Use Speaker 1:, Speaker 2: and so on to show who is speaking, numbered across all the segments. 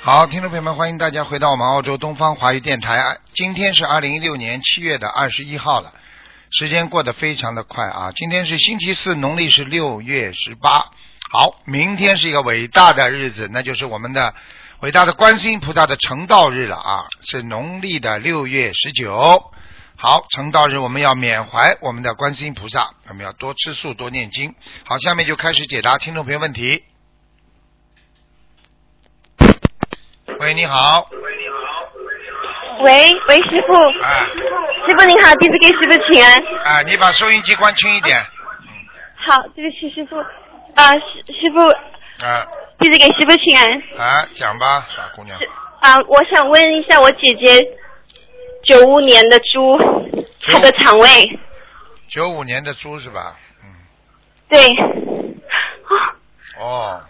Speaker 1: 好，听众朋友们，欢迎大家回到我们澳洲东方华语电台。今天是二零一六年七月的二十一号了，时间过得非常的快啊！今天是星期四，农历是六月十八。好，明天是一个伟大的日子，那就是我们的伟大的观世音菩萨的成道日了啊，是农历的六月十九。好，成道日我们要缅怀我们的观世音菩萨，我们要多吃素，多念经。好，下面就开始解答听众朋友问题。喂，你好，
Speaker 2: 喂喂，师傅，
Speaker 1: 哎
Speaker 2: 师傅您好，弟子给师傅请安。
Speaker 1: 哎，你把收音机关轻一点，
Speaker 2: 好，对不起，师傅，啊、师师傅，
Speaker 1: 啊
Speaker 2: 弟子给师傅请安。
Speaker 1: 啊，讲吧，傻姑娘，
Speaker 2: 啊、我想问一下我姐姐九五年的猪，她的肠胃，
Speaker 1: 九五年的猪是吧？嗯，
Speaker 2: 对，啊，
Speaker 1: 哦，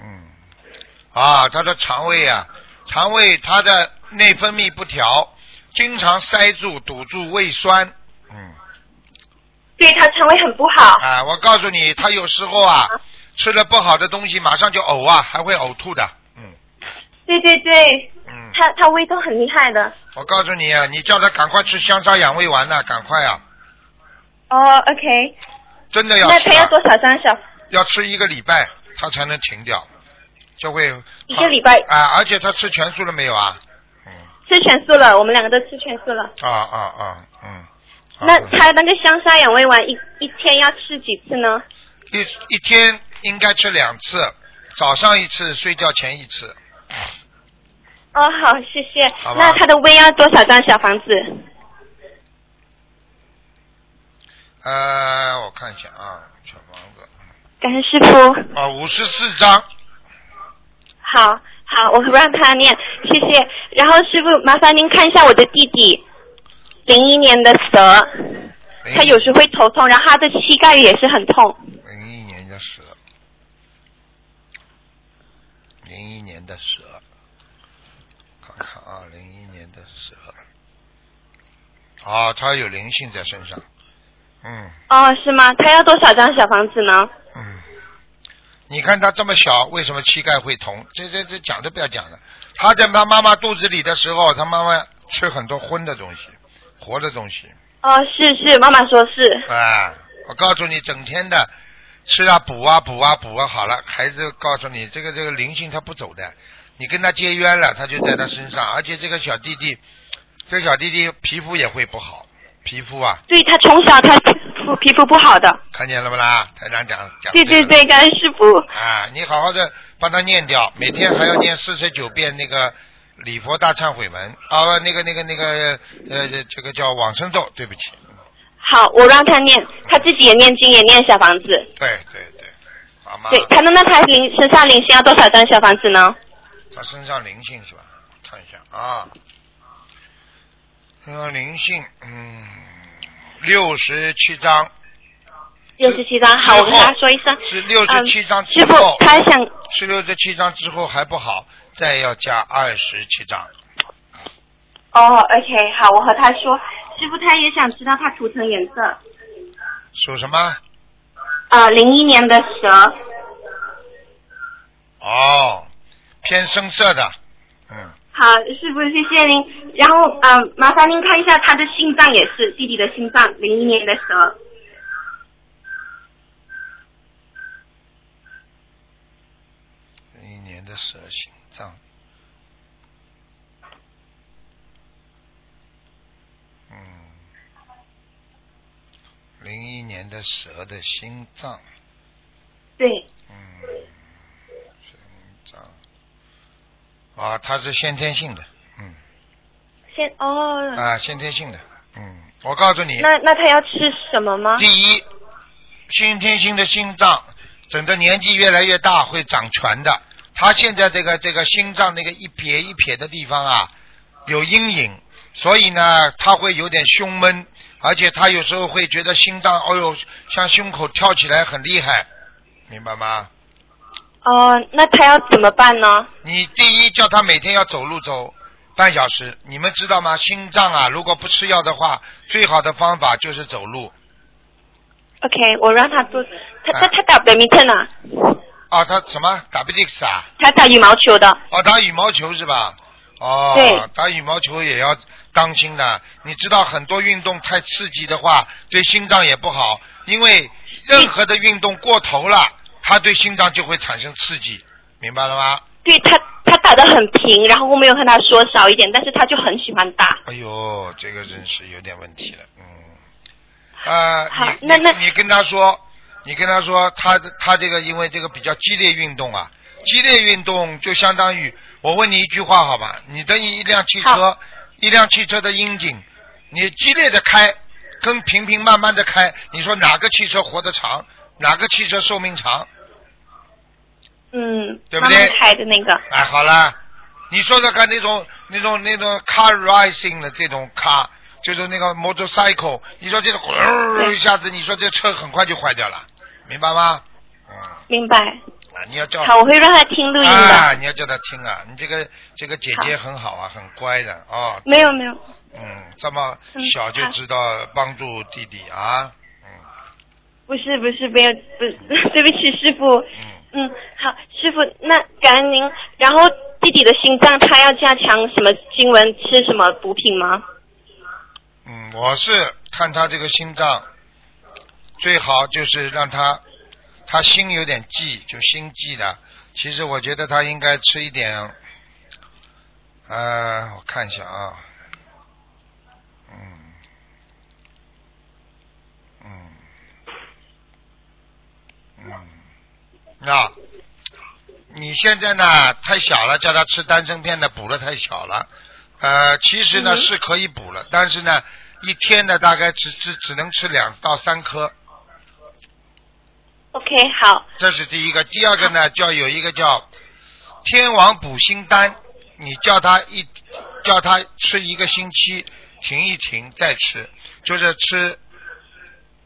Speaker 1: 嗯，啊，他的肠胃啊，肠胃它的内分泌不调，经常塞住堵住胃酸，嗯，
Speaker 2: 对她肠胃很不好。
Speaker 1: 啊，我告诉你，他有时候啊，吃了不好的东西，马上就呕啊，还会呕吐的，嗯
Speaker 2: 对对对，
Speaker 1: 嗯，
Speaker 2: 她她胃痛很厉害的。
Speaker 1: 我告诉你啊，你叫他赶快吃香砂养胃丸呐、赶快啊，
Speaker 2: 哦，OK，
Speaker 1: 真的要
Speaker 2: 那
Speaker 1: 吃
Speaker 2: 她
Speaker 1: 啊、
Speaker 2: 要多少张小？
Speaker 1: 要吃一个礼拜，他才能停掉，就会
Speaker 2: 一个礼拜
Speaker 1: 啊！而且他吃全素了没有啊？嗯，
Speaker 2: 吃全素了，我们两个都吃全素了。
Speaker 1: 啊啊啊，嗯。好
Speaker 2: 那
Speaker 1: 的
Speaker 2: 她那个香砂养胃丸一一天要吃几次呢？
Speaker 1: 一一天应该吃两次，早上一次，睡觉前一次。
Speaker 2: 哦，好，谢谢。
Speaker 1: 好吧
Speaker 2: 那他的胃要多少张小房子？
Speaker 1: 呃，我看一下啊，小房子
Speaker 2: 感恩师傅。
Speaker 1: 啊，五十四张。
Speaker 2: 好好，我让他念，谢谢。然后师傅，麻烦您看一下我的弟弟，零一年的蛇，
Speaker 1: 零
Speaker 2: 他有时会头痛，然后他的膝盖也是很痛。
Speaker 1: 零一年的蛇，零一年的蛇，看看啊，零一年的蛇，啊，它有灵性在身上，嗯
Speaker 2: 哦，是吗？他要多少张小房子呢？
Speaker 1: 嗯，你看它这么小，为什么膝盖会痛？这这这讲都不要讲了。它在它妈妈肚子里的时候，它妈妈吃很多荤的东西，活的东西，
Speaker 2: 哦，是是，妈妈说是。
Speaker 1: 啊，我告诉你，整天的吃啊补啊补啊补啊，好了，孩子告诉你，这个这个灵性他不走的，你跟他结冤了，他就在他身上，而且这个小弟弟，这个小弟弟皮肤也会不好，皮肤啊，
Speaker 2: 对他从小他皮肤皮肤不好的。
Speaker 1: 看见了不啦？台长讲讲、
Speaker 2: 对对。对，感恩师傅。
Speaker 1: 啊，你好好的帮他念掉，每天还要念四十九遍那个礼佛大忏悔文啊，那个那个那个呃，这个叫往生咒，对不起，
Speaker 2: 好，我让他念，他自己也念经，也念小房子。
Speaker 1: 对对对，好吗？
Speaker 2: 对，他的那台灵身上灵性要多少张小房子呢？
Speaker 1: 他身上灵性是吧？看一下啊，身上灵性，嗯，六十七张，
Speaker 2: 六十七张，好，我跟他说一声。
Speaker 1: 是六十七张
Speaker 2: 嗯
Speaker 1: 之
Speaker 2: 师傅
Speaker 1: 后，，
Speaker 2: 他想，
Speaker 1: 是六十七张之后还不好，再要加二十七张。
Speaker 2: 哦，OK，好，我和他说，师傅他也想知道他图腾颜色。
Speaker 1: 属什么？
Speaker 2: 啊、0零一年的蛇，
Speaker 1: 哦，偏深色的，嗯，
Speaker 2: 好，师傅谢谢您。然后，嗯、麻烦您看一下他的心脏也是弟弟的心脏，零一年的蛇。
Speaker 1: 一年的蛇心脏。嗯，零一年的蛇的心脏。
Speaker 2: 对，
Speaker 1: 嗯，心脏啊，它是先天性的，嗯，
Speaker 2: 先哦，
Speaker 1: 啊，先天性的，嗯，我告诉你，
Speaker 2: 那啊那他要吃什么吗？
Speaker 1: 第一，先天性的心脏，等着年纪越来越大会长全的。他现在这个这个心脏那个一撇一撇的地方啊，有阴影，所以呢，他会有点胸闷，而且他有时候会觉得心脏，哦呦，像胸口跳起来很厉害，明白吗？
Speaker 2: 哦、那他要怎么办呢？
Speaker 1: 你第一叫他每天要走路走半小时，你们知道吗？心脏啊，如果不吃药的话，最好的方法就是走路。
Speaker 2: OK，我让他做，他他
Speaker 1: 啊
Speaker 2: 他打 badminton 啊？
Speaker 1: 啊，他什么 WDX 啊？
Speaker 3: 他打羽毛球的。
Speaker 1: 哦，打羽毛球是吧？哦，
Speaker 3: 对
Speaker 1: 打羽毛球也要当心的。你知道很多运动太刺激的话，对心脏也不好，因为任何的运动过头了，它对心脏就会产生刺激，明白了吗？
Speaker 3: 对他，他打得很平，然后我没有和他说少一点，但是他就很喜欢打。
Speaker 1: 哎呦，这个真是有点问题了，嗯。啊、
Speaker 3: 好
Speaker 1: 你
Speaker 3: 那那
Speaker 1: 你你跟他说，你跟他说，他他这个因为这个比较激烈运动啊，激烈运动就相当于我问你一句话好吧，你的一辆汽车，一辆汽车的阴茎，你激烈的开跟平平慢慢的开，你说哪个汽车活得长，哪个汽车寿命长？
Speaker 3: 嗯，
Speaker 1: 对不
Speaker 3: 慢慢
Speaker 1: 对
Speaker 3: 开的那个。
Speaker 1: 哎，好啦，你说说看那种那种那种 car racing 的这种 car，就是那个 motorcycle，你说这种、呃、一下子，你说这车很快就坏掉了，明白吗？嗯，
Speaker 3: 明白。
Speaker 1: 啊，你要叫
Speaker 3: 好，我会让他听录音的。
Speaker 1: 啊，你要叫他听啊，你这个这个姐姐很好啊，很乖的哦，
Speaker 3: 没有没有，
Speaker 1: 嗯，这么
Speaker 3: 嗯
Speaker 1: 小就
Speaker 3: 好
Speaker 1: 知道帮助弟弟啊，嗯
Speaker 3: 不是不是没有不是， 对不起师傅。
Speaker 1: 嗯，
Speaker 3: 嗯，好，师傅，那感恩您。然后弟弟的心脏，他要加强什么经文，吃什么补品吗？
Speaker 1: 嗯，我是看他这个心脏，最好就是让他他心有点悸，就心悸的。其实我觉得他应该吃一点，呃，我看一下啊，嗯，嗯，嗯，那你现在呢太小了，叫他吃丹参片的补了太小了。呃，其实呢、
Speaker 3: 嗯
Speaker 1: 是可以补了，但是呢，一天呢大概只只只能吃两到三颗，
Speaker 3: OK，好，
Speaker 1: 这是第一个。第二个呢，叫有一个叫天王补心丹，你叫他一叫他吃一个星期，停一停再吃，就是吃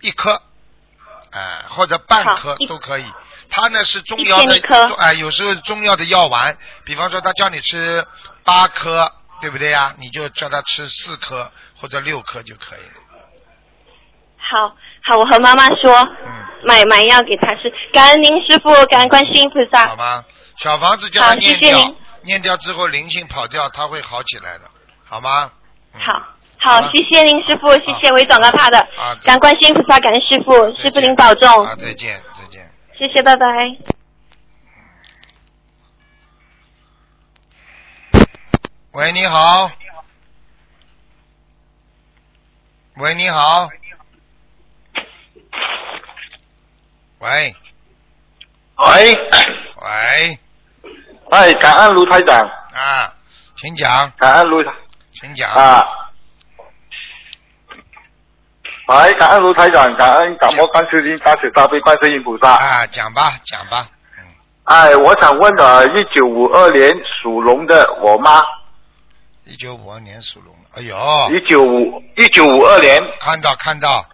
Speaker 1: 一颗，哎、或者半
Speaker 3: 好
Speaker 1: 颗
Speaker 3: 一
Speaker 1: 都可以。它呢是中药
Speaker 3: 一天
Speaker 1: 的
Speaker 3: 一颗，
Speaker 1: 哎、有时候中药的药丸，比方说他叫你吃八颗，对不对呀？你就叫他吃四颗或者六颗就可以了。
Speaker 3: 好，好，我和妈妈说，
Speaker 1: 嗯，
Speaker 3: 买买药给他吃。感恩您师傅，感恩观世音菩
Speaker 1: 好
Speaker 3: 萨。
Speaker 1: 吗？小房子叫
Speaker 3: 啊好
Speaker 1: 他念
Speaker 3: 谢谢
Speaker 1: 掉，
Speaker 3: 您
Speaker 1: 念掉之后灵性跑掉，他会好起来的，好吗？嗯、
Speaker 3: 好，
Speaker 1: 好
Speaker 3: 好，
Speaker 1: 了
Speaker 3: 谢谢您师傅，谢谢
Speaker 1: 好
Speaker 3: 为转告他的
Speaker 1: 好。
Speaker 3: 感恩观世音菩萨，感恩师傅，
Speaker 1: 再见，
Speaker 3: 师傅您保重，
Speaker 1: 啊，再见，再见。
Speaker 3: 谢谢，拜拜。
Speaker 1: 喂，你好。喂，你好。喂
Speaker 4: 喂，
Speaker 1: 喂
Speaker 4: 哎，感恩卢台长，
Speaker 1: 啊，请讲，
Speaker 4: 感恩卢台
Speaker 1: 请讲。
Speaker 4: 啊。喂，感恩卢台长，感恩感冒观世音大慈大悲观世音菩萨。
Speaker 1: 啊，讲吧，讲吧。嗯，
Speaker 4: 哎，我想问的，一九五二年属龙的我妈，
Speaker 1: 一九五二年属龙的。哎呦，
Speaker 4: 一九五一九五二年，
Speaker 1: 看到看到，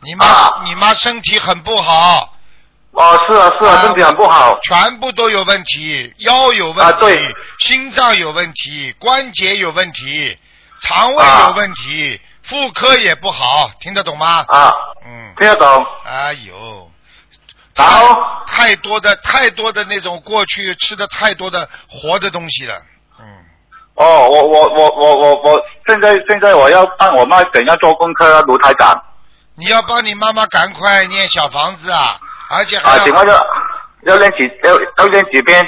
Speaker 1: 你妈、
Speaker 4: 啊
Speaker 1: 你妈身体很不好，
Speaker 4: 哦，是啊是啊，
Speaker 1: 啊
Speaker 4: 身体很不好，
Speaker 1: 全部都有问题，腰有问题，
Speaker 4: 啊对
Speaker 1: 心脏有问题，关节有问题，肠胃
Speaker 4: 啊
Speaker 1: 有问题，妇科也不好，听得懂吗？
Speaker 4: 啊，
Speaker 1: 嗯，
Speaker 4: 听得懂。
Speaker 1: 哎呦，
Speaker 4: 然后
Speaker 1: 太多的太多的那种过去吃的太多的活的东西了，嗯，
Speaker 4: 哦，我我我我我我，现在现在我要帮我妈怎样做功课啊，卢台长
Speaker 1: 你要帮你妈妈赶快念小房子啊，而且还
Speaker 4: 啊，请
Speaker 1: 要
Speaker 4: 问要要练几要要练几遍？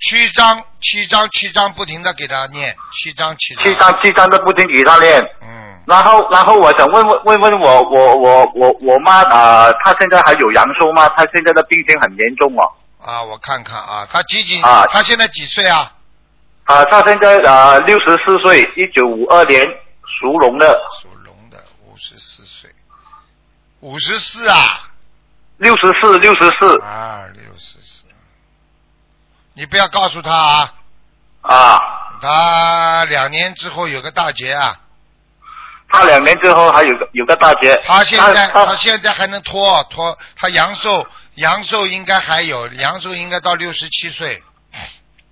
Speaker 1: 七张七张七张不停的给她念七张七张，
Speaker 4: 七张七张都不停给他练。
Speaker 1: 嗯。
Speaker 4: 然后，然后我想问问问问我我我我我妈啊、她现在还有阳寿吗？她现在的病情很严重哦。
Speaker 1: 啊，我看看啊，他几几？
Speaker 4: 啊
Speaker 1: 他现在几岁啊？
Speaker 4: 啊、她现在啊六十四岁，一九五二年属龙的，
Speaker 1: 属龙的，五十四岁，五十四啊，
Speaker 4: 六十四六十四
Speaker 1: 啊，六十四。你不要告诉他啊，
Speaker 4: 啊。
Speaker 1: 他两年之后有个大劫啊，
Speaker 4: 她两年之后还有个有个大劫。
Speaker 1: 他现在
Speaker 4: 她
Speaker 1: 他现在还能拖拖，他阳寿阳寿应该还有，阳寿应该到六十七岁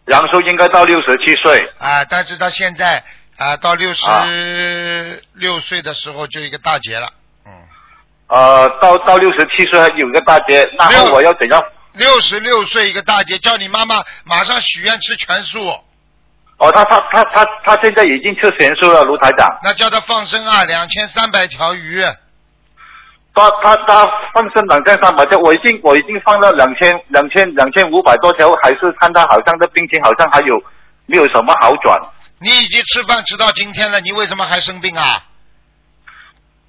Speaker 4: 阳寿应该到六十七岁。
Speaker 1: 啊，但是他现在啊到六十六岁的时候就一个大劫了，嗯。
Speaker 4: 呃，到到六十七岁还有个大劫，然后
Speaker 1: 没有
Speaker 4: 我要怎样？
Speaker 1: 六十六岁一个大姐，叫你妈妈马上许愿吃全素，
Speaker 4: 哦，他他他他他现在已经吃全素了，卢台长。
Speaker 1: 那叫她放生啊，两千三百条鱼。
Speaker 4: 他他他放生两千三百条，我已经我已经放了两千两千两千五百多条，还是看他好像的病情好像还有没有什么好转。
Speaker 1: 你已经吃饭吃到今天了，你为什么还生病啊？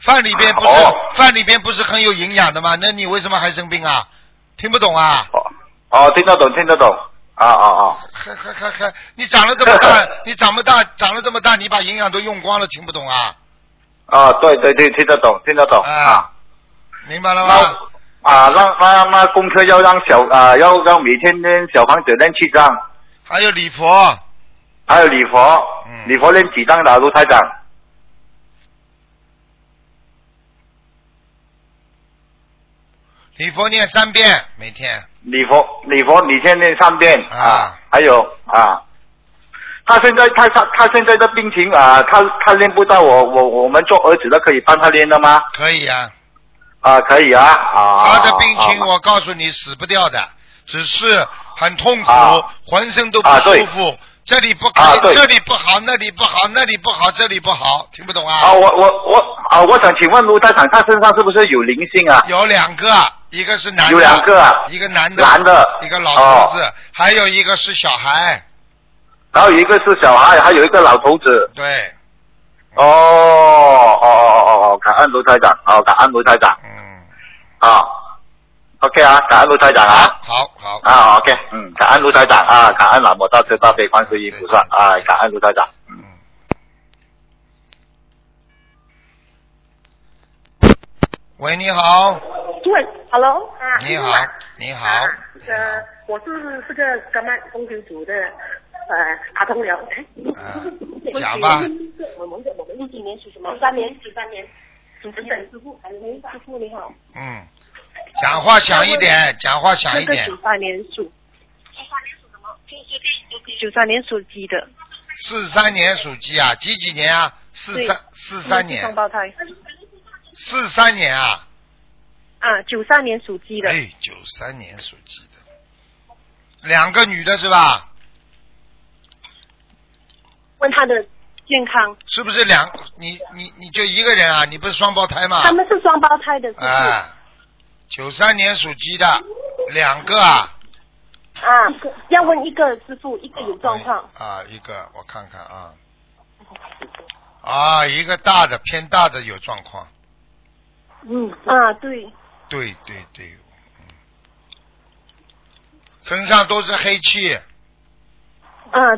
Speaker 1: 饭里边不是、
Speaker 4: 哦
Speaker 1: 饭里边不是很有营养的吗？那你为什么还生病啊？听不懂啊？
Speaker 4: 哦哦，听得懂听得懂啊啊啊！
Speaker 1: 还还还还，你长了这么大，你长不大，长了这么大，你把营养都用光了，听不懂啊？
Speaker 4: 啊，对对对，听得懂，听得懂
Speaker 1: 啊
Speaker 4: 啊。
Speaker 1: 明白了
Speaker 4: 那
Speaker 1: 吗？
Speaker 4: 啊，让那那功课要让小啊，要让每天练小房子练七张，
Speaker 1: 还有礼佛，
Speaker 4: 还有礼佛
Speaker 1: 嗯，
Speaker 4: 礼佛练几张的卢台长？
Speaker 1: 礼佛念三遍每天。
Speaker 4: 礼佛礼佛，你先念三遍
Speaker 1: 啊
Speaker 4: 啊，还有啊。他现在他他他现在的病情啊，他他练不到我我我们做儿子的可以帮他练的吗？
Speaker 1: 可以啊，
Speaker 4: 啊，可以啊啊。
Speaker 1: 他的病情
Speaker 4: 啊
Speaker 1: 我告诉你死不掉的，只是很痛苦，
Speaker 4: 啊
Speaker 1: 浑身都不
Speaker 4: 啊对
Speaker 1: 舒服，这里不开、
Speaker 4: 啊对
Speaker 1: 这里不好，那里不好，那里不好，这里不好，听不懂啊？
Speaker 4: 啊，我我我啊，我想请问卢台长，他身上是不是有灵性啊？
Speaker 1: 有两个，一个是男的，
Speaker 4: 有两个啊
Speaker 1: 一个男的，
Speaker 4: 男的
Speaker 1: 一个老头子，
Speaker 4: 哦
Speaker 1: 还有一个是小孩，
Speaker 4: 然后有一个是小孩，还有一个老头子。
Speaker 1: 对，
Speaker 4: 哦哦哦哦哦，感恩卢台长，哦，感恩卢台长
Speaker 1: 嗯，
Speaker 4: 啊。OK 啊，感恩卢台长啊。
Speaker 1: 好好，
Speaker 4: 啊，OK，嗯，感恩卢台长啊，感恩南无大慈大悲观世音菩萨啊，感恩卢台长。
Speaker 1: 嗯。喂，你好，
Speaker 5: 喂，Hello，啊，
Speaker 1: 你好
Speaker 5: 师
Speaker 1: 你
Speaker 5: 傅啊
Speaker 1: 好
Speaker 5: 啊
Speaker 1: 你好
Speaker 5: 呃，我是这个甘曼风水组的，呃，打通了。
Speaker 1: 嗯，讲吧，
Speaker 5: 我们的我们一几年是什么？三年，十三年。主持人师傅，喂，师傅你好。
Speaker 1: 嗯，讲话响一点，讲话响一点
Speaker 5: 九，三年属。九三年属什么？九三年属鸡的。
Speaker 1: 四三年属鸡啊，几几年啊？四
Speaker 5: 对
Speaker 1: 三四三
Speaker 5: 双
Speaker 1: 年，
Speaker 5: 胞胎。
Speaker 1: 四三年啊，
Speaker 5: 啊，九三年属鸡的。
Speaker 1: 哎，九三年属鸡的，两个女的是吧？
Speaker 5: 问他的健康，
Speaker 1: 是不是两？你你你就一个人啊？你不是双胞胎吗？
Speaker 5: 他们是双胞胎的，是不是？
Speaker 1: 哎，九三年属鸡的，两个啊。
Speaker 5: 啊，要问一个师傅，一个有状况。
Speaker 1: 啊，一个我看看啊。啊，一个大的偏大的有状况，
Speaker 5: 嗯。啊，对。
Speaker 1: 对对对，嗯，身上都是黑气，
Speaker 5: 啊，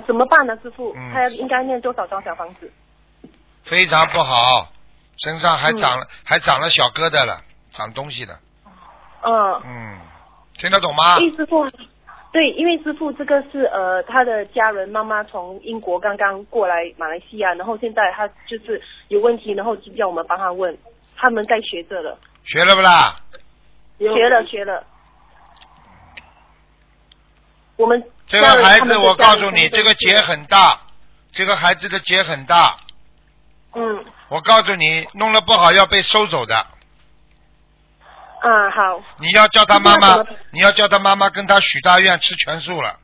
Speaker 5: 怎么办呢，师傅？
Speaker 1: 嗯
Speaker 5: 他要应该念多少张小房子？
Speaker 1: 非常不好，身上还长了、还长了小疙瘩了，长东西了，
Speaker 5: 嗯，
Speaker 1: 嗯，听得懂吗？
Speaker 5: 因为师傅，对，因为师傅这个是呃他的家人妈妈从英国刚刚过来马来西亚，然后现在他就是有问题，然后就叫我们帮他问，他们在学着了，
Speaker 1: 学了不啦？
Speaker 5: 学了学了。我们
Speaker 1: 这
Speaker 5: 家
Speaker 1: 个
Speaker 5: 人
Speaker 1: 孩
Speaker 5: 他
Speaker 1: 子，
Speaker 5: 们
Speaker 1: 我
Speaker 5: 的家
Speaker 1: 告
Speaker 5: 人
Speaker 1: 诉
Speaker 5: 全
Speaker 1: 你，这
Speaker 5: 部都
Speaker 1: 个
Speaker 5: 学
Speaker 1: 结
Speaker 5: 了
Speaker 1: 很大，这个孩子的结很大，
Speaker 5: 嗯
Speaker 1: 我告诉你，弄了不好要被收走的。
Speaker 5: 啊好，
Speaker 1: 你要叫他妈
Speaker 5: 那
Speaker 1: 妈
Speaker 5: 怎么，
Speaker 1: 你要叫他妈妈跟他许大愿吃全素了。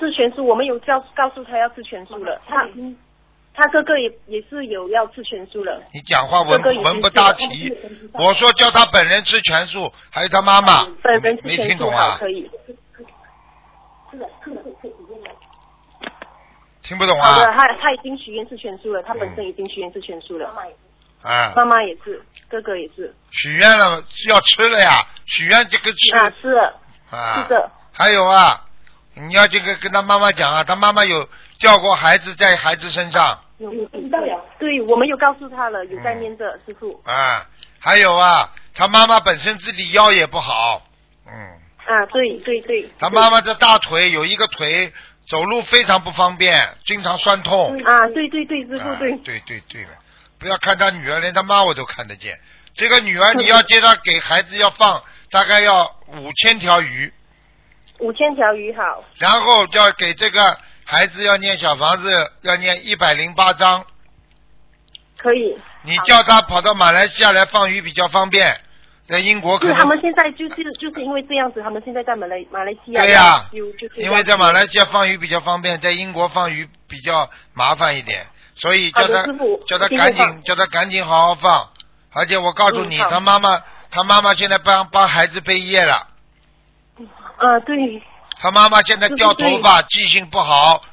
Speaker 5: 吃全素，我们有告告诉他要吃全素了，他他哥哥也也是有要吃全素了。
Speaker 1: 你讲话文
Speaker 5: 这个已经
Speaker 1: 文不搭
Speaker 5: 是
Speaker 1: 题
Speaker 5: 了但是。
Speaker 1: 我说叫他本人吃全素，还有他妈妈，
Speaker 5: 嗯本人之
Speaker 1: 没
Speaker 5: 前
Speaker 1: 听
Speaker 5: 说
Speaker 1: 懂
Speaker 5: 好
Speaker 1: 啊？
Speaker 5: 可以。
Speaker 1: 听不懂
Speaker 5: 好的，
Speaker 1: 啊？
Speaker 5: 他他已经许愿是全素
Speaker 1: 嗯
Speaker 5: 了，他本身已经许愿是全素了，
Speaker 1: 啊，
Speaker 5: 妈妈也是，哥哥也是。
Speaker 1: 许愿了要吃了呀，许愿这个
Speaker 5: 啊，
Speaker 1: 吃
Speaker 5: 是了，
Speaker 1: 啊
Speaker 5: 是。的，
Speaker 1: 还有啊，你要这个跟他妈妈讲啊，他妈妈有叫过孩子在孩子身上
Speaker 5: 有知道了。对，我们有告诉他了，有在
Speaker 1: 嗯
Speaker 5: 念着师傅。
Speaker 1: 啊，还有啊，他妈妈本身自己腰也不好，嗯。
Speaker 5: 啊，对对对。
Speaker 1: 他妈妈这大腿有一个腿走路非常不方便，经常酸痛。
Speaker 5: 啊，对对对，师傅
Speaker 1: 啊
Speaker 5: 对。
Speaker 1: 对对对了，不要看他女儿，连他妈我都看得见。这个女儿你要接她给孩子要放大概要五千条鱼，
Speaker 5: 五千条鱼好，
Speaker 1: 然后要给这个孩子要念小房子要念一百零八章。
Speaker 5: 可以。
Speaker 1: 你叫他跑到马来西亚来放鱼比较方便，在英国可
Speaker 5: 是他们
Speaker 1: 能
Speaker 5: 现在就是就是因为这样子，他们现在在马来马来西亚
Speaker 1: 对呀
Speaker 5: 有就是
Speaker 1: 因为在马来西亚放鱼比较方便，在英国放鱼比较麻烦一点，所以叫
Speaker 5: 好
Speaker 1: 他
Speaker 5: 的师傅
Speaker 1: 叫他
Speaker 5: 一定
Speaker 1: 赶
Speaker 5: 会放
Speaker 1: 紧叫他赶紧好好放，而且我告诉
Speaker 5: 嗯
Speaker 1: 你，
Speaker 5: 好
Speaker 1: 他妈妈他妈妈现在帮帮孩子背业了，
Speaker 5: 啊，对
Speaker 1: 他妈妈现在
Speaker 5: 对
Speaker 1: 掉
Speaker 5: 对
Speaker 1: 头
Speaker 5: 对
Speaker 1: 发，记性不好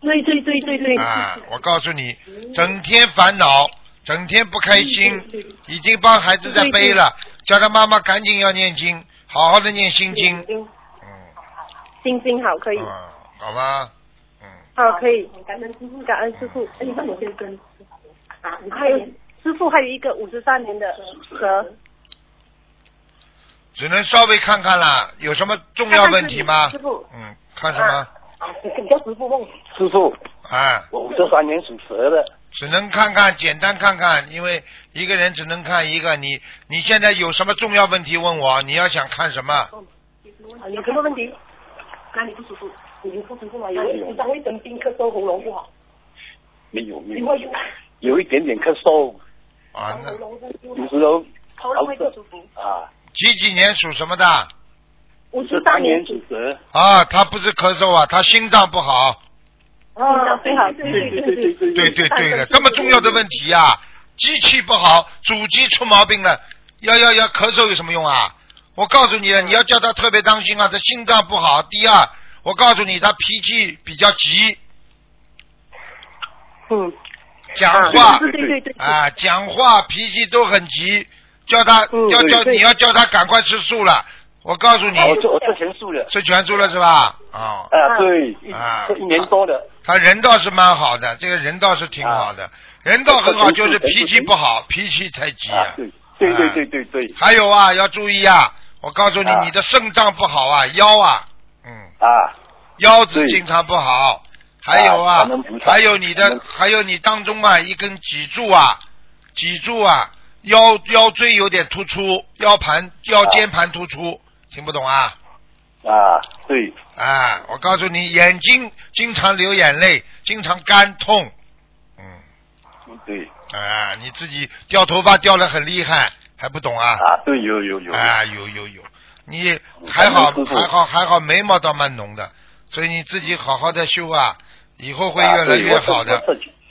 Speaker 5: 对对对对对，
Speaker 1: 啊！我告诉你，整天烦恼，整天不开心，已经帮孩子在
Speaker 5: 对对
Speaker 1: 背了，叫他妈妈赶紧要念经，好好的念心经，
Speaker 5: 嗯
Speaker 1: 嗯。
Speaker 5: 星星好可以，
Speaker 1: 嗯，好吧，嗯，
Speaker 5: 好可以，感恩师傅，感恩师傅，哎，那我先跟啊，还有师傅还有一个五十三年的蛇，
Speaker 1: 只能稍微看看啦，有什么重要问题吗？
Speaker 5: 看看自己师傅
Speaker 1: 嗯，看什么？
Speaker 6: 跟叫师傅问，师傅，
Speaker 1: 哎，
Speaker 6: 我五十三年属蛇的，
Speaker 1: 只能看看，简单看看，因为一个人只能看一个。你你现在有什么重要问题问我？你要想看什么？
Speaker 6: 啊有什么问题？哪里不舒服？你不舒服吗？有时常会生病，咳嗽，喉咙不好。没有没有，有一点点咳嗽，
Speaker 1: 啊，那
Speaker 6: 有时候喉咙会不舒服啊。
Speaker 1: 几几年属什么的？
Speaker 5: 五
Speaker 6: 十
Speaker 5: 十
Speaker 6: 三
Speaker 5: 三
Speaker 6: 年
Speaker 5: 年
Speaker 6: 属蛇，
Speaker 1: 啊，他不是咳嗽啊，他心脏不好。
Speaker 5: 啊，最好，对
Speaker 6: 对对对
Speaker 1: 对
Speaker 6: 对
Speaker 1: 对对的，
Speaker 5: 对
Speaker 1: 这么重要的问题啊，机器不好，主机出毛病了，要要要咳嗽有什么用啊？我告诉你了，你要叫他特别当心啊，他心脏不好。第二，我告诉你，他脾气比较急，
Speaker 5: 嗯，
Speaker 1: 讲话
Speaker 5: 啊，对对对对，
Speaker 1: 啊，讲话脾气都很急，叫他
Speaker 5: 嗯
Speaker 1: 要叫
Speaker 5: 对哦
Speaker 1: 你要叫他赶快吃素了。我告诉你
Speaker 6: 啊，，我做我做全素的，
Speaker 1: 吃全素了是吧？啊、
Speaker 6: 啊对，
Speaker 1: 啊
Speaker 6: 一一年多的，
Speaker 1: 他人倒是蛮好的，这个人倒是挺好
Speaker 5: 啊
Speaker 1: 的，人倒很好，就是脾气不好，脾气太急
Speaker 6: 啊对对对对对对，
Speaker 1: 还有啊，要注意啊！我告诉你，
Speaker 6: 啊
Speaker 1: 你的肾脏不好啊，腰啊，嗯，
Speaker 6: 啊
Speaker 1: 腰子
Speaker 6: 对
Speaker 1: 经常不好。还有啊
Speaker 6: 感恩菩，萨
Speaker 1: 还有你
Speaker 6: 感
Speaker 1: 的
Speaker 6: 恩，
Speaker 1: 还有你当中啊，一根脊柱啊，脊柱啊，腰腰椎有点突出，腰盘腰
Speaker 6: 啊
Speaker 1: 间盘突出，听不懂啊？
Speaker 6: 啊对
Speaker 1: 啊，我告诉你，眼睛经常流眼泪，经常干痛，嗯，
Speaker 6: 对
Speaker 1: 啊，你自己掉头发掉得很厉害，还不懂啊？
Speaker 6: 啊对有有有，
Speaker 1: 啊，有有有，你还好
Speaker 6: 感恩师父
Speaker 1: 还好还好，眉毛倒蛮浓的，所以你自己好好的修啊，以后会
Speaker 6: 啊
Speaker 1: 越来
Speaker 6: 对
Speaker 1: 越
Speaker 6: 我测
Speaker 1: 好
Speaker 6: 我
Speaker 1: 的
Speaker 6: 测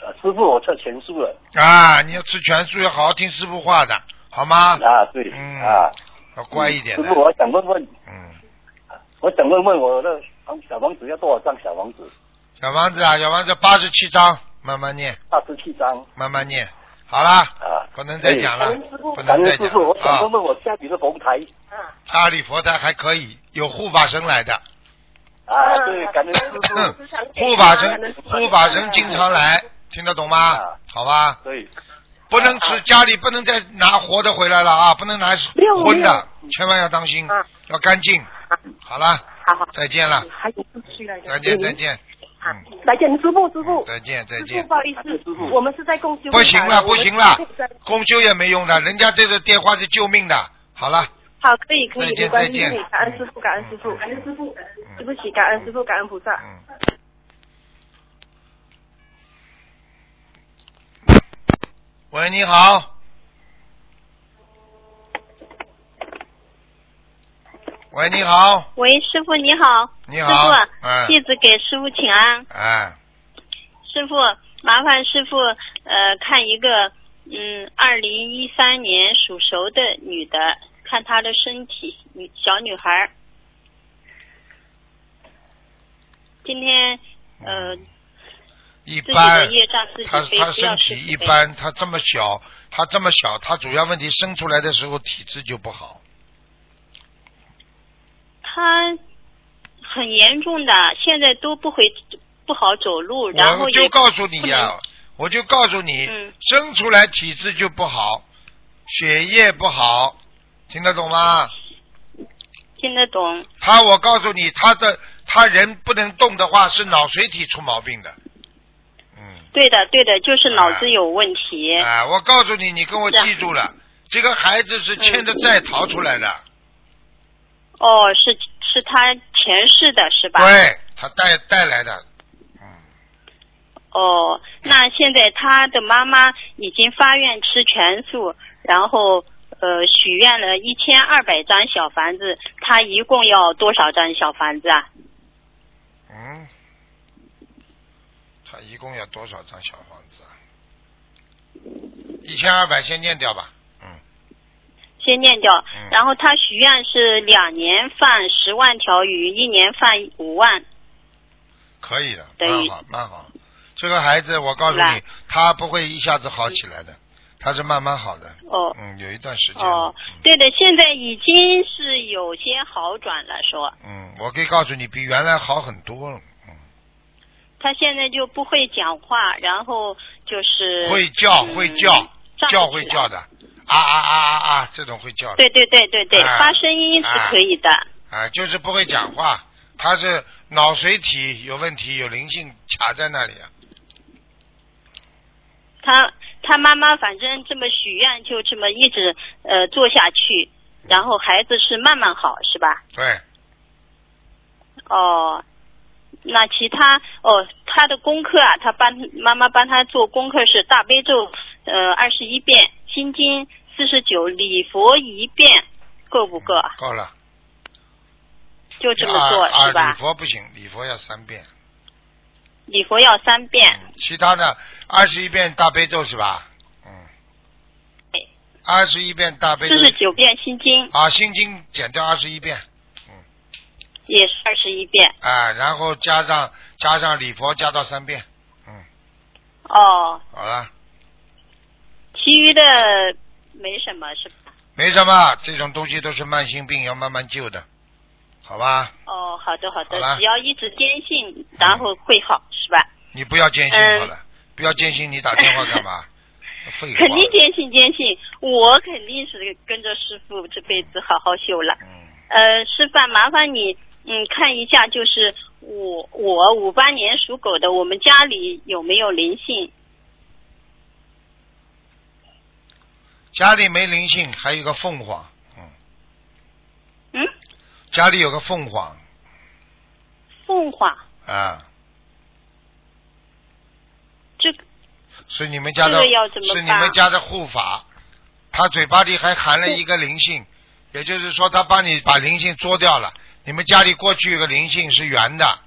Speaker 6: 呃师傅，我测全素了
Speaker 1: 啊！你要吃全素，要好好听师傅话的，好吗？
Speaker 6: 啊对
Speaker 1: 嗯
Speaker 6: 啊，
Speaker 1: 要乖一点
Speaker 6: 师
Speaker 1: 的
Speaker 6: 傅，，我想问问，
Speaker 1: 嗯。
Speaker 6: 我想问问我的小王子要多少张小王子？
Speaker 1: 小王子啊，小王子八十七章，慢慢念，
Speaker 6: 二十七张
Speaker 1: 慢慢念，好啦，
Speaker 6: 啊。
Speaker 1: 不能再讲了
Speaker 6: 哎感恩师，傅
Speaker 1: 不
Speaker 6: 感
Speaker 1: 能
Speaker 6: 恩
Speaker 1: 再
Speaker 6: 师
Speaker 1: 讲
Speaker 6: 傅，我想问
Speaker 1: 了啊！
Speaker 6: 问我家里的佛台
Speaker 1: 阿里佛台还可以，有护法神来的，
Speaker 6: 哎啊，对，感恩师 傅
Speaker 1: 护法神护法神经常来，听得懂吗
Speaker 6: 啊？
Speaker 1: 好吧。
Speaker 6: 对
Speaker 1: 不能
Speaker 5: 啊
Speaker 1: 吃，家里不能再拿活的回来了啊！不能拿荤的，千万要当心，
Speaker 5: 啊
Speaker 1: 要干净。好了，再见了，
Speaker 5: 还有不去来
Speaker 1: 再见，再见，嗯，
Speaker 5: 来见嗯啊师傅，师傅，
Speaker 1: 再见，再
Speaker 5: 师傅，
Speaker 1: 见
Speaker 5: 不。好意思，我们是在共修。
Speaker 1: 不行了，不行了
Speaker 5: 我们是在，
Speaker 1: 公休也没用的，人家这个电话是救命的。好了，
Speaker 5: 好，可以，可
Speaker 1: 再
Speaker 5: 以，
Speaker 1: 见
Speaker 5: 没关系，
Speaker 1: 再
Speaker 5: 可
Speaker 1: 见
Speaker 5: 以感恩师傅，感恩师傅，感恩师傅，对不起，感恩师傅，感恩菩萨。
Speaker 1: 嗯。喂，你好。喂，你好，
Speaker 2: 喂，师傅你好，
Speaker 1: 你
Speaker 2: 师
Speaker 1: 好，嗯
Speaker 2: 傅，弟子给师傅请安。
Speaker 1: 哎，
Speaker 2: 师傅，麻烦师傅呃看一个嗯，二零一三年属蛇的女的，看她的身体，女小女孩儿。今天呃
Speaker 1: 嗯一
Speaker 2: 自己的
Speaker 1: 般，
Speaker 2: 业障自
Speaker 1: 他
Speaker 2: 己背，
Speaker 1: 他
Speaker 2: 不要
Speaker 1: 身
Speaker 2: 师
Speaker 1: 体
Speaker 2: 傅
Speaker 1: 一
Speaker 2: 背。
Speaker 1: 般，他这么小，他这么小，他主要问题生出来的时候体质就不好，
Speaker 2: 她很严重的，现在都不会不好走路，然后
Speaker 1: 我就
Speaker 2: 也
Speaker 1: 告诉你呀、
Speaker 2: 不能
Speaker 1: 我就告诉你，
Speaker 2: 嗯
Speaker 1: 生出来体质就不好，血液不好，听得懂吗？
Speaker 2: 听得懂。
Speaker 1: 他，我告诉你，他的他人不能动的话，是脑髓体出毛病的。嗯，
Speaker 2: 对的，对的，就是脑子有问题。
Speaker 1: 啊，我告诉你，你跟我
Speaker 2: 哎是啊
Speaker 1: 记住了，这个孩子是欠着债逃出来的。
Speaker 2: 哦，是是他前世的是吧？。
Speaker 1: 对他带带来的，嗯
Speaker 2: 哦，那现在他的妈妈已经发愿吃全素，然后呃许愿了一千二百张小房子，他一共要多少张小房子啊？
Speaker 1: 嗯，他一共要多少张小房子啊？一千二百先念掉吧。嗯，
Speaker 2: 先念掉
Speaker 1: 嗯，
Speaker 2: 然后他许愿是两年放十万条鱼，一年放五万。
Speaker 1: 可以的，
Speaker 2: 等
Speaker 1: 蛮
Speaker 2: 于
Speaker 1: 好，蛮好。这个孩子，我告诉
Speaker 2: 是吧
Speaker 1: 你，他不会一下子好起来的，他是慢慢好的。
Speaker 2: 哦
Speaker 1: 嗯，有一段时间。
Speaker 2: 哦，对的，现在已经是有些好转了，说
Speaker 1: 嗯，我可以告诉你，比原来好很多了。嗯，
Speaker 2: 他现在就不会讲话，然后就是
Speaker 1: 会叫，
Speaker 2: 嗯
Speaker 1: 会叫，
Speaker 2: 站不
Speaker 1: 叫
Speaker 2: 起
Speaker 1: 会
Speaker 2: 来
Speaker 1: 叫的，啊啊啊啊啊，这种会叫的。
Speaker 2: 对对对对对，
Speaker 1: 哎
Speaker 2: 发声音是可以的。
Speaker 1: 啊，就是不会讲话，他是脑髓体有问题，有灵性卡在那里啊。
Speaker 2: 他他妈妈反正这么许愿，就这么一直呃做下去，然后孩子是慢慢好，是吧？
Speaker 1: 对，
Speaker 2: 哦，那其他哦，他的功课啊，他帮妈妈帮他做功课是大悲咒呃二十一遍，心经四十九，礼佛一遍，够不够啊？
Speaker 1: 够了。
Speaker 2: 就这么做、
Speaker 1: 啊
Speaker 2: 是
Speaker 1: 啊，
Speaker 2: 吧
Speaker 1: 礼？佛不行，礼佛要三遍。
Speaker 2: 礼佛要三遍，
Speaker 1: 嗯其他的二十一遍大悲咒是吧？嗯。
Speaker 2: 哎
Speaker 1: 二十一遍大悲咒
Speaker 2: 四。十九遍心经
Speaker 1: 啊，心经减掉二十一遍
Speaker 2: 也是二十一遍。
Speaker 1: 啊，然后加上加上礼佛加到三遍，嗯，
Speaker 2: 哦，
Speaker 1: 好了，
Speaker 2: 其余的没什么是吧？
Speaker 1: 没什么，这种东西都是慢性病，要慢慢救的，好吧？
Speaker 2: 哦，好的好
Speaker 1: 好
Speaker 2: 的，
Speaker 1: 了
Speaker 2: 只要一直坚信，然后会好，是吧？
Speaker 1: 你不要坚信
Speaker 2: 嗯
Speaker 1: 好了，不要坚信，你打电话干 嘛？废话。
Speaker 2: 肯定坚信坚信，我肯定是跟着师傅这辈子好好修了。
Speaker 1: 嗯，
Speaker 2: 呃，师傅啊，麻烦你嗯看一下，就是我我五八年属狗的，我们家里有没有灵性？
Speaker 1: 家里没灵性，还有个凤凰，嗯，
Speaker 2: 嗯，
Speaker 1: 家里有个凤凰
Speaker 2: 凤凰，
Speaker 1: 啊，
Speaker 2: 这个
Speaker 1: 是你们家的，
Speaker 2: 这个要怎么
Speaker 1: 是你
Speaker 2: 办
Speaker 1: 们家的护法，他嘴巴里还含了一个灵性，也就是说他帮你把灵性捉掉了。你们家里过去有个灵性是圆的，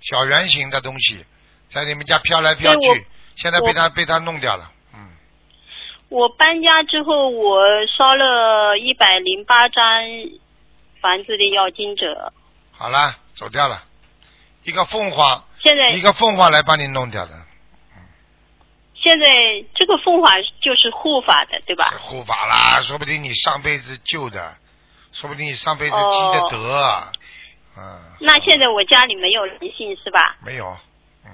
Speaker 1: 小圆形的东西，在你们家飘来飘
Speaker 2: 对我
Speaker 1: 去，现在被他被他弄掉了，嗯，
Speaker 2: 我搬家之后，我烧了一百零八张房子的要经者，
Speaker 1: 好了，走掉了，一个凤凰，
Speaker 2: 现在
Speaker 1: 一个凤凰来帮你弄掉的，
Speaker 2: 现在这个凤凰就是护法的，对吧？
Speaker 1: 护法啦，说不定你上辈子救的，说不定你上辈子积的德
Speaker 2: 哦
Speaker 1: 啊，嗯，
Speaker 2: 那现在我家里没有灵性是吧？
Speaker 1: 没有，嗯。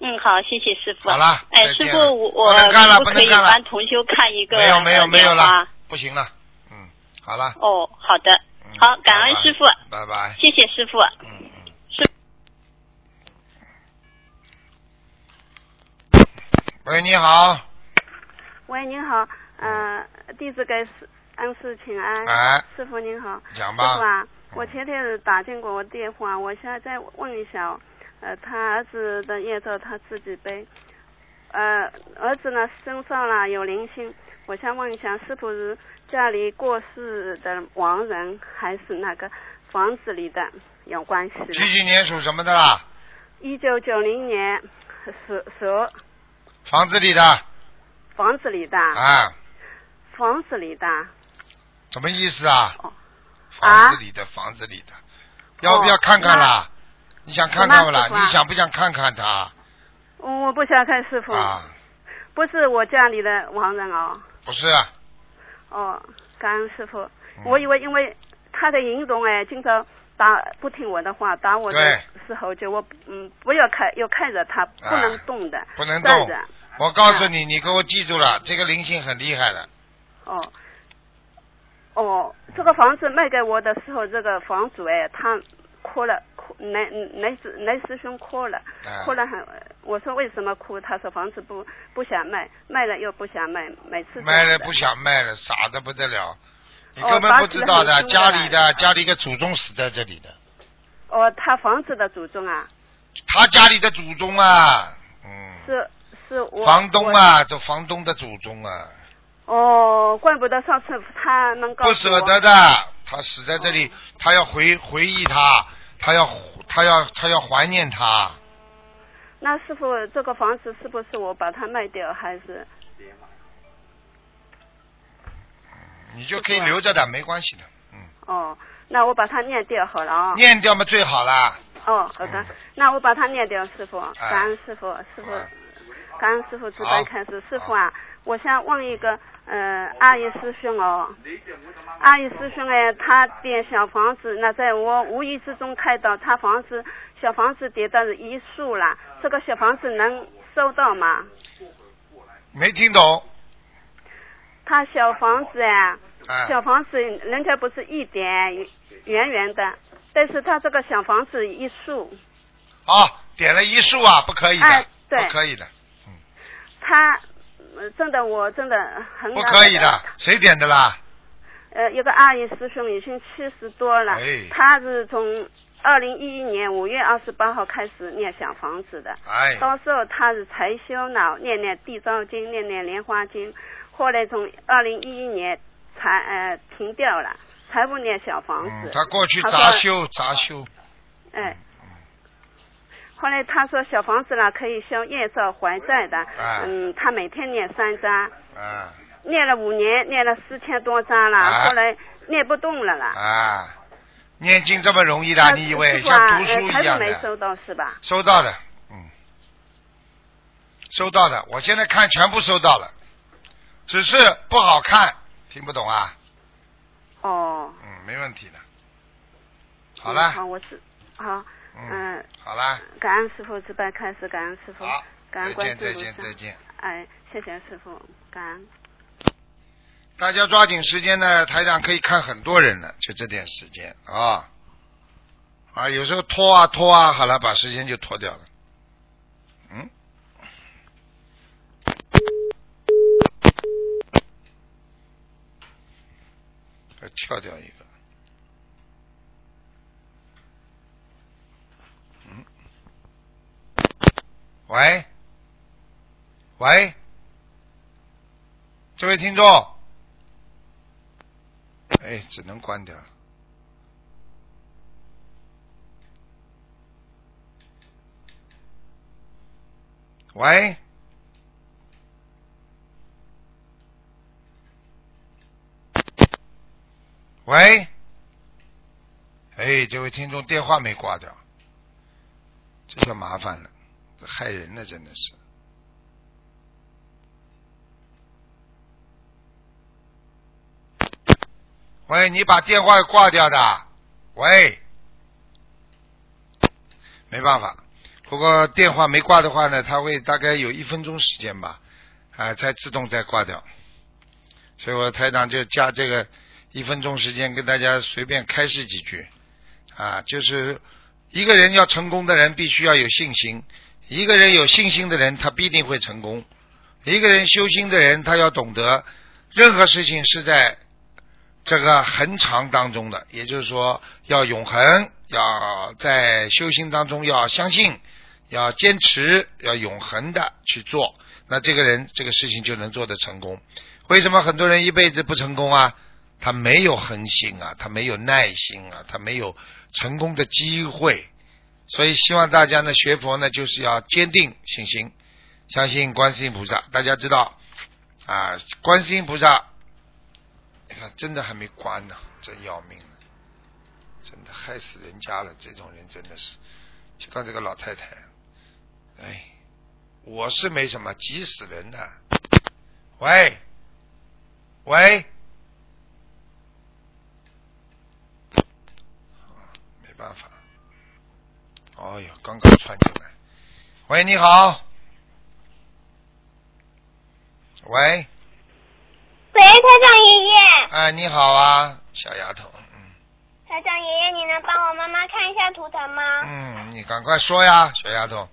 Speaker 2: 嗯，好，谢谢师傅。
Speaker 1: 好了
Speaker 2: 哎，
Speaker 1: 再
Speaker 2: 师
Speaker 1: 见
Speaker 2: 傅，
Speaker 1: 了
Speaker 2: 我
Speaker 1: 不
Speaker 2: 我
Speaker 1: 能干了
Speaker 2: 可不可以
Speaker 1: 不能干了
Speaker 2: 帮同修看一个呃
Speaker 1: 没有没有没有
Speaker 2: 了
Speaker 1: 了。，不行了，嗯，好了，
Speaker 2: 哦，好的，
Speaker 1: 嗯
Speaker 2: 好，感恩师傅，，
Speaker 1: 拜拜拜拜，
Speaker 2: 谢谢师傅。
Speaker 1: 嗯嗯。
Speaker 2: 师
Speaker 1: 喂，你好，
Speaker 7: 喂，您好，
Speaker 1: 嗯
Speaker 7: 呃，弟子给师恩师请安。
Speaker 1: 哎，
Speaker 7: 师傅您好，
Speaker 1: 讲
Speaker 7: 师傅
Speaker 1: 吧，嗯
Speaker 7: 啊，我前天打进过我电话，我现在再问一下哦，呃，他儿子的业障他自己背，呃，儿子呢身上啦有灵性，我想问一下，是不是家里过世的亡人，还是那个房子里的有关系呢？
Speaker 1: 几几年属什么的啦？
Speaker 7: 一九九零年蛇蛇
Speaker 1: 房子里的
Speaker 7: 房子里的、
Speaker 1: 啊，
Speaker 7: 房子里的
Speaker 1: 什么意思啊
Speaker 7: 哦？啊
Speaker 1: 房子里的，房子里的，要不要看看啦？你想看看不啦？
Speaker 7: 哦什么师傅啊
Speaker 1: 你想不想看看他
Speaker 7: 嗯我不想看师傅，
Speaker 1: 啊？
Speaker 7: 不是我家里的亡人哦，
Speaker 1: 不是，啊
Speaker 7: 哦，感恩师傅，
Speaker 1: 嗯
Speaker 7: 我以为因为他的尹总哎，经常打不听我的话，打我的
Speaker 1: 对
Speaker 7: 时候就我嗯不要看，要看着他，不能动的，
Speaker 1: 不能
Speaker 7: 站
Speaker 1: 动
Speaker 7: 着。，
Speaker 1: 我告诉
Speaker 7: 嗯
Speaker 1: 你，你给我记住了，这个灵性很厉害的。
Speaker 7: 哦，哦，这个房子卖给我的时候，这个房主哎，他哭了，哭男男师男师兄哭了，
Speaker 1: 啊
Speaker 7: 哭了很。我说为什么哭？他说房子不不想卖，卖了又不想卖，每次这样
Speaker 1: 卖了
Speaker 7: 子
Speaker 1: 不想卖了，傻的不得了，你
Speaker 7: 哦
Speaker 1: 根本不知道的，
Speaker 7: 打起来
Speaker 1: 家
Speaker 7: 很
Speaker 1: 里
Speaker 7: 凶的
Speaker 1: 的家里一个祖宗死在这里的，
Speaker 7: 哦，他房子的祖宗啊，
Speaker 1: 他家里的祖宗啊，嗯，
Speaker 7: 是是我
Speaker 1: 房东啊，这房东的祖宗啊，
Speaker 7: 哦，怪不得上次他能告诉
Speaker 1: 不
Speaker 7: 我哦
Speaker 1: 舍得的，他死在这里，他要回回忆他，他要他要他要怀念他。
Speaker 7: 那师傅，这个房子是不是我把它卖掉，还是
Speaker 1: 你就可以留着的，没关系的。
Speaker 7: 哦？那我把它念掉好了啊、
Speaker 1: 念掉嘛最好啦。
Speaker 7: 哦，好的，那我把它念掉，师傅，感恩师傅，师傅，感恩师傅值班开始，师傅啊，我想问一个，呃，阿姨师兄哦，阿姨师兄哎，他点小房子，那在我无意之中看到他房子小房子跌到一束了，这个小房子能收到吗？
Speaker 1: 没听懂，
Speaker 7: 他小房子哎，
Speaker 1: 哎，
Speaker 7: 小房子人家不是一点圆圆的，但是他这个小房子一束，
Speaker 1: 好，点了一束啊，不可以的，
Speaker 7: 哎对
Speaker 1: 不可以的，
Speaker 7: 他、呃真的我真的很
Speaker 1: 不
Speaker 7: 感
Speaker 1: 可以
Speaker 7: 动
Speaker 1: 的，谁点的啦？
Speaker 7: 呃，一个阿姨师兄已经七十多了，
Speaker 1: 哎
Speaker 7: 他是从二零一一年五月二十八号开始念小房子的，
Speaker 1: 哎，
Speaker 7: 到时候他是才修脑，念念地藏经，念念莲花经，后来从二零一一年才呃停掉了，才不念小房子
Speaker 1: 嗯，。他过去
Speaker 7: 他
Speaker 1: 杂
Speaker 7: 说
Speaker 1: 修杂修，
Speaker 7: 哎。后来他说小房子啦可以消业障还债的，
Speaker 1: 哎
Speaker 7: 嗯，他每天念三张，
Speaker 1: 啊
Speaker 7: 念了五年，念了四千多张了，
Speaker 1: 哎
Speaker 7: 后来念不动了啦。
Speaker 1: 啊，念经这么容易的
Speaker 7: 那，
Speaker 1: 你以为
Speaker 7: 师傅啊
Speaker 1: 像读书
Speaker 7: 呃
Speaker 1: 一
Speaker 7: 还是
Speaker 1: 样
Speaker 7: 没
Speaker 1: 的？
Speaker 7: 收到是吧？
Speaker 1: 收到的，嗯，收到的，我现在看全部收到了，只是不好看，听不懂啊？
Speaker 7: 哦，
Speaker 1: 嗯，没问题的。好
Speaker 7: 嗯
Speaker 1: 了，
Speaker 7: 好，我是好，
Speaker 1: 嗯，
Speaker 7: 嗯，
Speaker 1: 好了，
Speaker 7: 感恩师傅值班开始，感恩师傅，
Speaker 1: 好，
Speaker 7: 感
Speaker 1: 再
Speaker 7: 恩关
Speaker 1: 见，
Speaker 7: 注
Speaker 1: 再
Speaker 7: 菩
Speaker 1: 见，
Speaker 7: 萨
Speaker 1: 再见。
Speaker 7: 哎，谢谢师傅，感恩。
Speaker 1: 大家抓紧时间呢，台长可以看很多人了，就这点时间啊啊，有时候拖啊拖啊，好了，把时间就拖掉了。嗯。再跳掉一个。嗯。喂。喂。这位听众。哎，只能关掉了。喂，喂，哎，这位听众电话没挂掉，这下麻烦了，这害人了，真的是。喂，你把电话挂掉的。喂，没办法，不过电话没挂的话呢，它会大概有一分钟时间吧，啊、才自动再挂掉。所以我台长就加这个一分钟时间，跟大家随便开示几句。啊，就是一个人要成功的人，必须要有信心；一个人有信心的人，他必定会成功；一个人修心的人，他要懂得任何事情是在这个恒常当中的，也就是说要永恒，要在修行当中要相信，要坚持，要永恒的去做，那这个人这个事情就能做得成功。为什么很多人一辈子不成功啊？他没有恒心啊，他没有耐心啊，他没有成功的机会。所以希望大家呢学佛呢，就是要坚定信心，相信观世音菩萨。大家知道啊，观世音菩萨你看，哎真的还没关呢，真要命了，真的害死人家了。这种人真的是，就刚这个老太太，哎，我是没什么，急死人了。喂，喂，啊没办法，哎呦，刚刚窜进来。喂，你好。喂。
Speaker 8: 喂，台长爷爷，
Speaker 1: 哎，你好啊，小丫头。嗯
Speaker 8: 台长爷爷，你能帮我妈妈看一下图腾吗？
Speaker 1: 嗯，你赶快说呀，小丫头。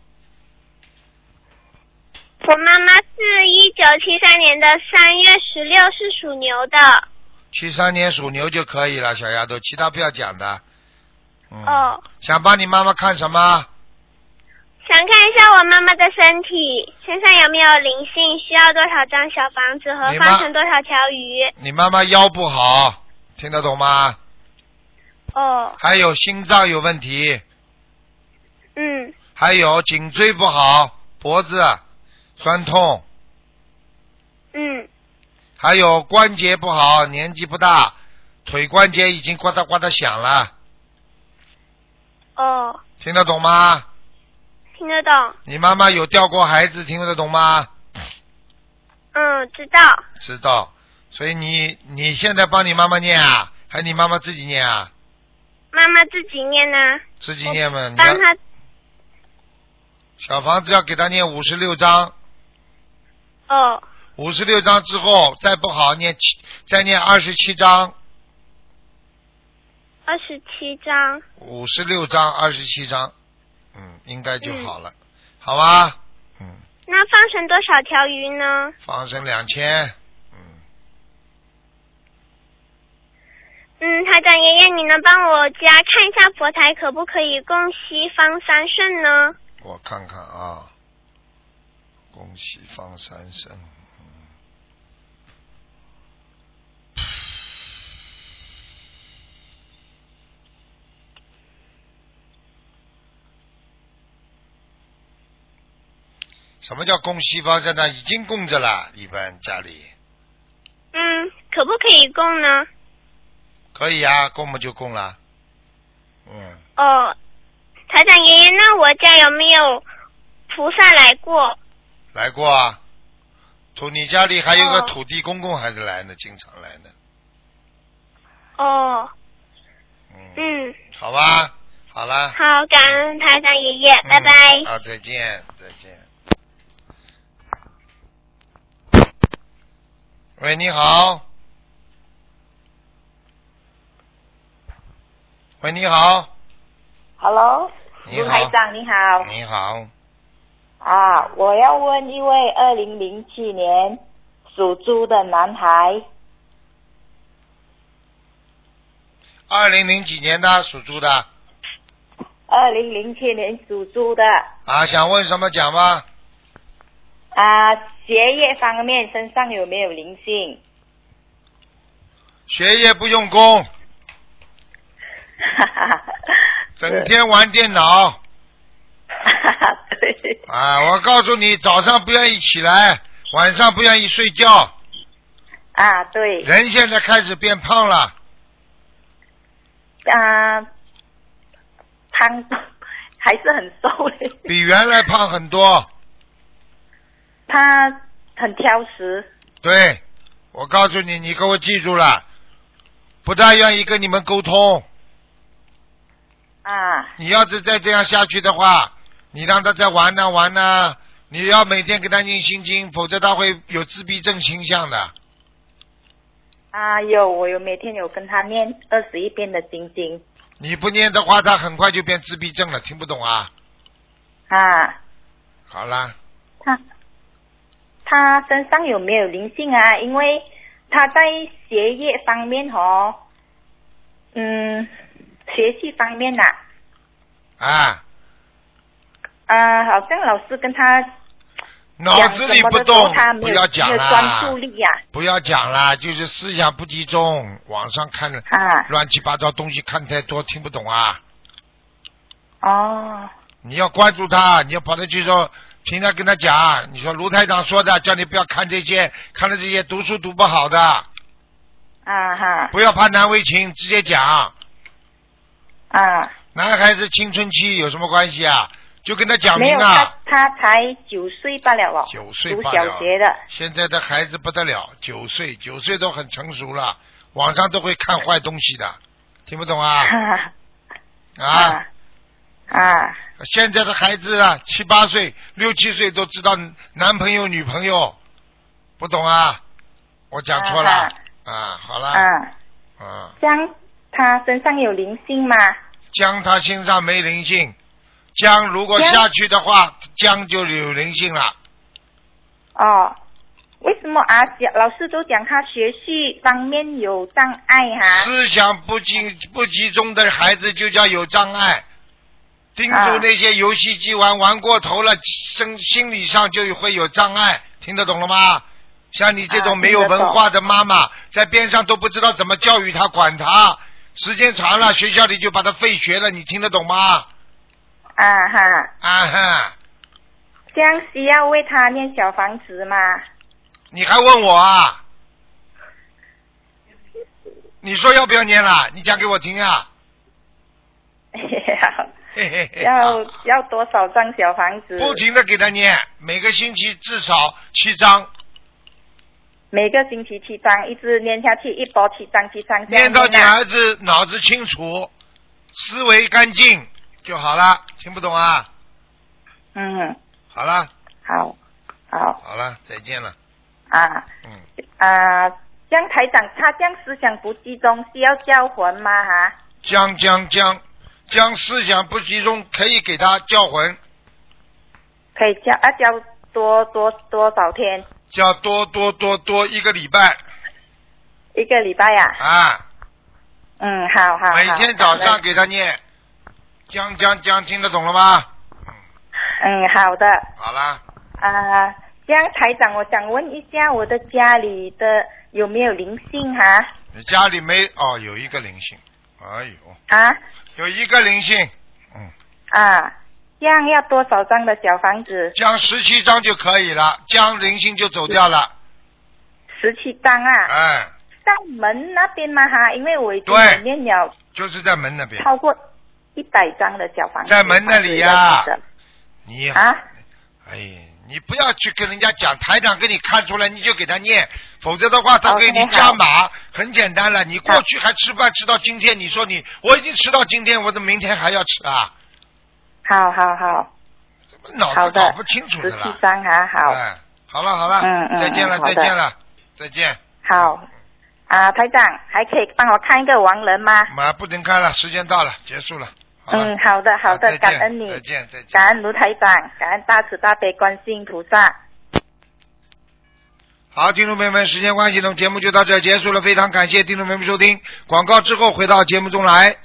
Speaker 8: 我妈妈是一九七三年的三月十六，是属牛的。
Speaker 1: 七三年属牛就可以了，小丫头，其他不要讲的。嗯。
Speaker 8: 哦，
Speaker 1: 想帮你妈妈看什么？
Speaker 8: 想看一下我妈妈的身体身上有没有灵性？需要多少张小房子和
Speaker 1: 你妈
Speaker 8: 放生多少条鱼？
Speaker 1: 你妈妈腰不好，听得懂吗？
Speaker 8: 哦，
Speaker 1: 还有心脏有问题，
Speaker 8: 嗯，
Speaker 1: 还有颈椎不好，脖子酸痛，
Speaker 8: 嗯，
Speaker 1: 还有关节不好，年纪不大，腿关节已经呱嗒呱嗒响了，
Speaker 8: 哦，
Speaker 1: 听得懂吗？
Speaker 8: 听得懂，
Speaker 1: 你妈妈有掉过孩子，听得懂吗？
Speaker 8: 嗯，知道，
Speaker 1: 知道，所以你你现在帮你妈妈念啊，还你妈妈自己念啊？
Speaker 8: 妈妈自己念呢，
Speaker 1: 自己念嘛，你要
Speaker 8: 帮她，
Speaker 1: 小房子要给她念五十六章，
Speaker 8: 哦，
Speaker 1: 五十六章之后再不好念七，再念二十七章，
Speaker 8: 二十七张，
Speaker 1: 五十六章二十七章，嗯，应该就好了，好吧？嗯，
Speaker 8: 那放生多少条鱼呢？
Speaker 1: 放生两千，嗯，
Speaker 8: 嗯，台长爷爷，你能帮我家看一下佛台可不可以供西方三圣呢？
Speaker 1: 我看看啊，恭喜方三生，什么叫供西方三呢？已经供着了，一般家里
Speaker 8: 嗯，可不可以供呢？
Speaker 1: 可以啊，供嘛就供了，嗯，
Speaker 8: 哦，台长爷爷，那我家有没有菩萨来过？
Speaker 1: 来过啊。土，你家里还有个
Speaker 8: 哦
Speaker 1: 土地公公还是来呢，经常来呢，
Speaker 8: 哦，
Speaker 1: 嗯，
Speaker 8: 嗯，
Speaker 1: 好吧，好了。
Speaker 8: 好，感恩台长爷爷，拜
Speaker 1: 嗯
Speaker 8: 拜。
Speaker 1: 啊，再见，再见。喂，你好。喂，你好。
Speaker 2: Hello，
Speaker 1: 你
Speaker 2: 卢
Speaker 1: 好
Speaker 2: 台长你好
Speaker 1: 你好，
Speaker 2: 啊！我要问一位二零零七年属猪的男孩，
Speaker 1: 二零零几年的属猪的
Speaker 2: 二零零七年属猪的
Speaker 1: 啊，想问什么讲吗？
Speaker 2: 啊，学业方面身上有没有灵性？
Speaker 1: 学业不用功，
Speaker 2: 哈哈哈
Speaker 1: 整天玩电脑
Speaker 2: 哈哈，对，
Speaker 1: 啊！我告诉你，早上不愿意起来，晚上不愿意睡觉，
Speaker 2: 啊对
Speaker 1: 人现在开始变胖了。
Speaker 2: 啊，胖还是很 瘦的，
Speaker 1: 比原来胖很多。
Speaker 2: 他很挑食
Speaker 1: 对，我告诉你，你给我记住了，不大愿意跟你们沟通。
Speaker 2: 啊
Speaker 1: 你要是再这样下去的话，你让他再玩呢、啊玩呢、你要每天给他念心经，否则他会有自闭症倾向的。
Speaker 2: 啊有我有每天有跟他念二十一遍的心经
Speaker 1: 你不念的话，他很快就变自闭症了。听不懂啊？
Speaker 2: 啊。
Speaker 1: 好啦，
Speaker 2: 他他身上有没有灵性啊？因为他在学业方面哦，嗯，学习方面呐、
Speaker 1: 啊，
Speaker 2: 啊，好像老师跟他
Speaker 1: 脑子里不
Speaker 2: 讲什么的时候
Speaker 1: 动
Speaker 2: 他，
Speaker 1: 不
Speaker 2: 没有
Speaker 1: 要讲
Speaker 2: 没有专
Speaker 1: 啦
Speaker 2: 注，力呀、
Speaker 1: 不要讲啦，就是思想不集中，网上看了
Speaker 2: 啊，
Speaker 1: 乱七八糟东西看太多，听不懂啊。
Speaker 2: 哦，
Speaker 1: 你要关注他，你要跑他去说，平常跟他讲，你说卢台长说的，叫你不要看这些，看了这些读书读不好的，
Speaker 2: 啊哈，
Speaker 1: 不要怕难为情，直接讲。
Speaker 2: 啊，
Speaker 1: 男孩子青春期有什么关系啊？就跟他讲
Speaker 2: 没
Speaker 1: 明
Speaker 2: 有他
Speaker 1: 啊。
Speaker 2: 他才九岁罢了哦，
Speaker 1: 九岁
Speaker 2: 读
Speaker 1: 罢
Speaker 2: 小
Speaker 1: 了
Speaker 2: 学的，
Speaker 1: 现在的孩子不得了，九岁，九岁都很成熟了，网上都会看坏东西的，听不懂啊？
Speaker 2: 哈
Speaker 1: 啊，
Speaker 2: 啊
Speaker 1: 现在的孩子啊，七八岁、六七岁都知道男朋友、女朋友，不懂啊？我讲错了
Speaker 2: 啊
Speaker 1: 啊好了，啊，
Speaker 2: 啊，这样他身上有灵性吗？
Speaker 1: 姜他身上没灵性，姜如果
Speaker 2: 姜
Speaker 1: 下去的话，姜就有灵性了。
Speaker 2: 哦，为什么啊？讲老师都讲他学习方面有障 碍哈、啊
Speaker 1: 思想不集不集中的孩子就叫有障碍，盯
Speaker 9: 啊
Speaker 1: 住那些游戏机玩玩过头了，身心理上就会有障碍，听得懂了吗？像你这
Speaker 9: 啊
Speaker 1: 种没有文化的妈妈，在边上都不知道怎么教育他、管他，时间长了，学校里就把他废学了，你听得懂吗？
Speaker 9: 啊哈，
Speaker 1: 啊哈，
Speaker 9: 这样需要为他念小房子吗？
Speaker 1: 你还问我啊？你说要不要念啦？你讲给我听啊！嘿嘿嘿
Speaker 9: 要要多少张小房子？
Speaker 1: 不停的给他念，每个星期至少七张，
Speaker 9: 每个星期七张，一直念下去，一波七张七张这样
Speaker 1: 念到你
Speaker 9: 啊
Speaker 1: 儿子脑子清楚、思维干净就好了。听不懂啊？
Speaker 9: 嗯，
Speaker 1: 好了，
Speaker 9: 好，好
Speaker 1: 好了，再见了。
Speaker 9: 啊
Speaker 1: 嗯，
Speaker 9: 啊，这样台长他这样思想不集中，需要叫魂吗？哈，
Speaker 1: 将将将将思想不集中，可以给他叫魂，
Speaker 9: 可以叫啊叫多多多少天？
Speaker 1: 叫多多多多一个礼拜
Speaker 9: 一个礼拜呀、
Speaker 1: 啊，
Speaker 9: 嗯，好好好。
Speaker 1: 每天早
Speaker 9: 好
Speaker 1: 上
Speaker 9: 的
Speaker 1: 给他念。将将将，听得懂了吗？
Speaker 9: 嗯，好的。
Speaker 1: 好啦，
Speaker 9: 啊，这样台长，我想问一下，我的家里的有没有灵性哈？
Speaker 1: 你家里没哦，有一个灵性，哎呦，
Speaker 9: 啊
Speaker 1: 有一个灵性，嗯
Speaker 9: 啊，这样要多少张的小房子？
Speaker 1: 将十七张就可以了，将灵性就走掉了，
Speaker 9: 十七张啊，
Speaker 1: 哎，
Speaker 9: 在门那边吗哈？因为我已经
Speaker 1: 对
Speaker 9: 有念了
Speaker 1: 就是在门那边，
Speaker 9: 超过一百张的小房子。
Speaker 1: 在门那里呀
Speaker 9: 房子
Speaker 1: 你
Speaker 9: 的啊，
Speaker 1: 哎，你不要去跟人家讲，台长给你看出来，你就给他念，否则的话他给
Speaker 9: OK，
Speaker 1: 你加码，很简单了。你过去还吃饭吃到今天，你说你我已经吃到今天，我怎么明天还要吃啊？
Speaker 9: 好好好，
Speaker 1: 怎么脑
Speaker 9: 好
Speaker 1: 子
Speaker 9: 的
Speaker 1: 搞不清楚
Speaker 9: 十
Speaker 1: 的
Speaker 9: 七
Speaker 1: 啦？
Speaker 9: 张哈，好
Speaker 1: 哎，好了好了，
Speaker 9: 嗯嗯
Speaker 1: 再见了
Speaker 9: 嗯好
Speaker 1: 再
Speaker 9: 的
Speaker 1: 见了再见，
Speaker 9: 好啊，台长还可以帮我看一个亡人吗？
Speaker 1: 妈不能看了，时间到了，结束了，好了啊
Speaker 9: 嗯，好的好的
Speaker 1: 再，见
Speaker 9: 感恩你，
Speaker 1: 再见再见。
Speaker 9: 感恩卢台长，感恩大慈大悲观世音菩萨。
Speaker 1: 好，听众朋友们，时间关系呢，我们节目就到这儿结束了。非常感谢听众朋友们收听，广告之后回到节目中来。